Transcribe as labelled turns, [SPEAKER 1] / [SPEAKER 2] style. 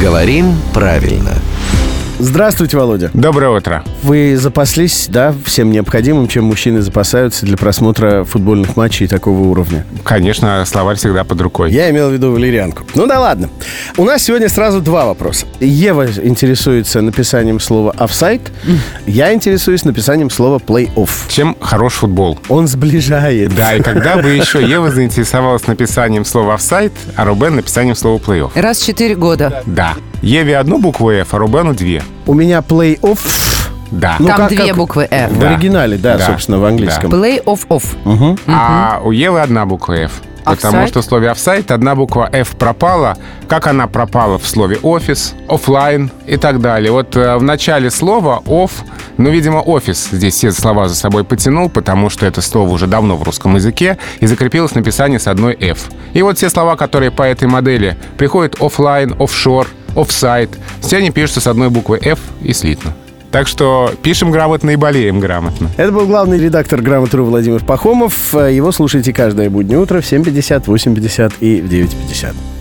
[SPEAKER 1] Говорим правильно.
[SPEAKER 2] Здравствуйте, Володя.
[SPEAKER 3] Доброе утро.
[SPEAKER 2] Вы запаслись, да, всем необходимым, чем мужчины запасаются для просмотра футбольных матчей такого уровня?
[SPEAKER 3] Конечно, словарь всегда под рукой.
[SPEAKER 2] Я имел в виду валерьянку. Ну да ладно. У нас сегодня сразу два вопроса. Ева интересуется написанием слова офсайт. Я интересуюсь написанием слова плей-офф.
[SPEAKER 3] Чем хорош футбол?
[SPEAKER 2] Он сближает.
[SPEAKER 3] Да, и когда бы еще Ева заинтересовалась написанием слова «офсайт», а Рубен написанием слова «плей-офф».
[SPEAKER 4] Раз в четыре года.
[SPEAKER 3] Да. Еве одну букву «ф», а Рубену две.
[SPEAKER 2] У меня плей-офф
[SPEAKER 3] Да.
[SPEAKER 2] Ну,
[SPEAKER 4] Там
[SPEAKER 2] как-
[SPEAKER 4] две
[SPEAKER 2] как-
[SPEAKER 4] буквы «э». «F».
[SPEAKER 2] в
[SPEAKER 3] Да.
[SPEAKER 2] оригинале, да,
[SPEAKER 3] Да.
[SPEAKER 2] собственно, в английском.
[SPEAKER 4] Play off off.
[SPEAKER 3] А у Евы одна буква «ф». Потому
[SPEAKER 4] Офсайд?
[SPEAKER 3] что в слове «офсайт» одна буква «ф» пропала, как она пропала в слове «офис», «офлайн» и так далее. Вот э, в начале слова «оф», ну, видимо, «офис» здесь все слова за собой потянул, потому что это слово уже давно в русском языке, и закрепилось написание с одной «ф». И вот все слова, которые по этой модели приходят «офлайн», «офшор», «офсайт», все они пишутся с одной буквы «ф» и слитно. Так что пишем грамотно и болеем грамотно.
[SPEAKER 2] Это был главный редактор «Грамотру» Владимир Пахомов. Э, Его слушайте каждое буднее утро в 7.50, 8.50 и в 9.50.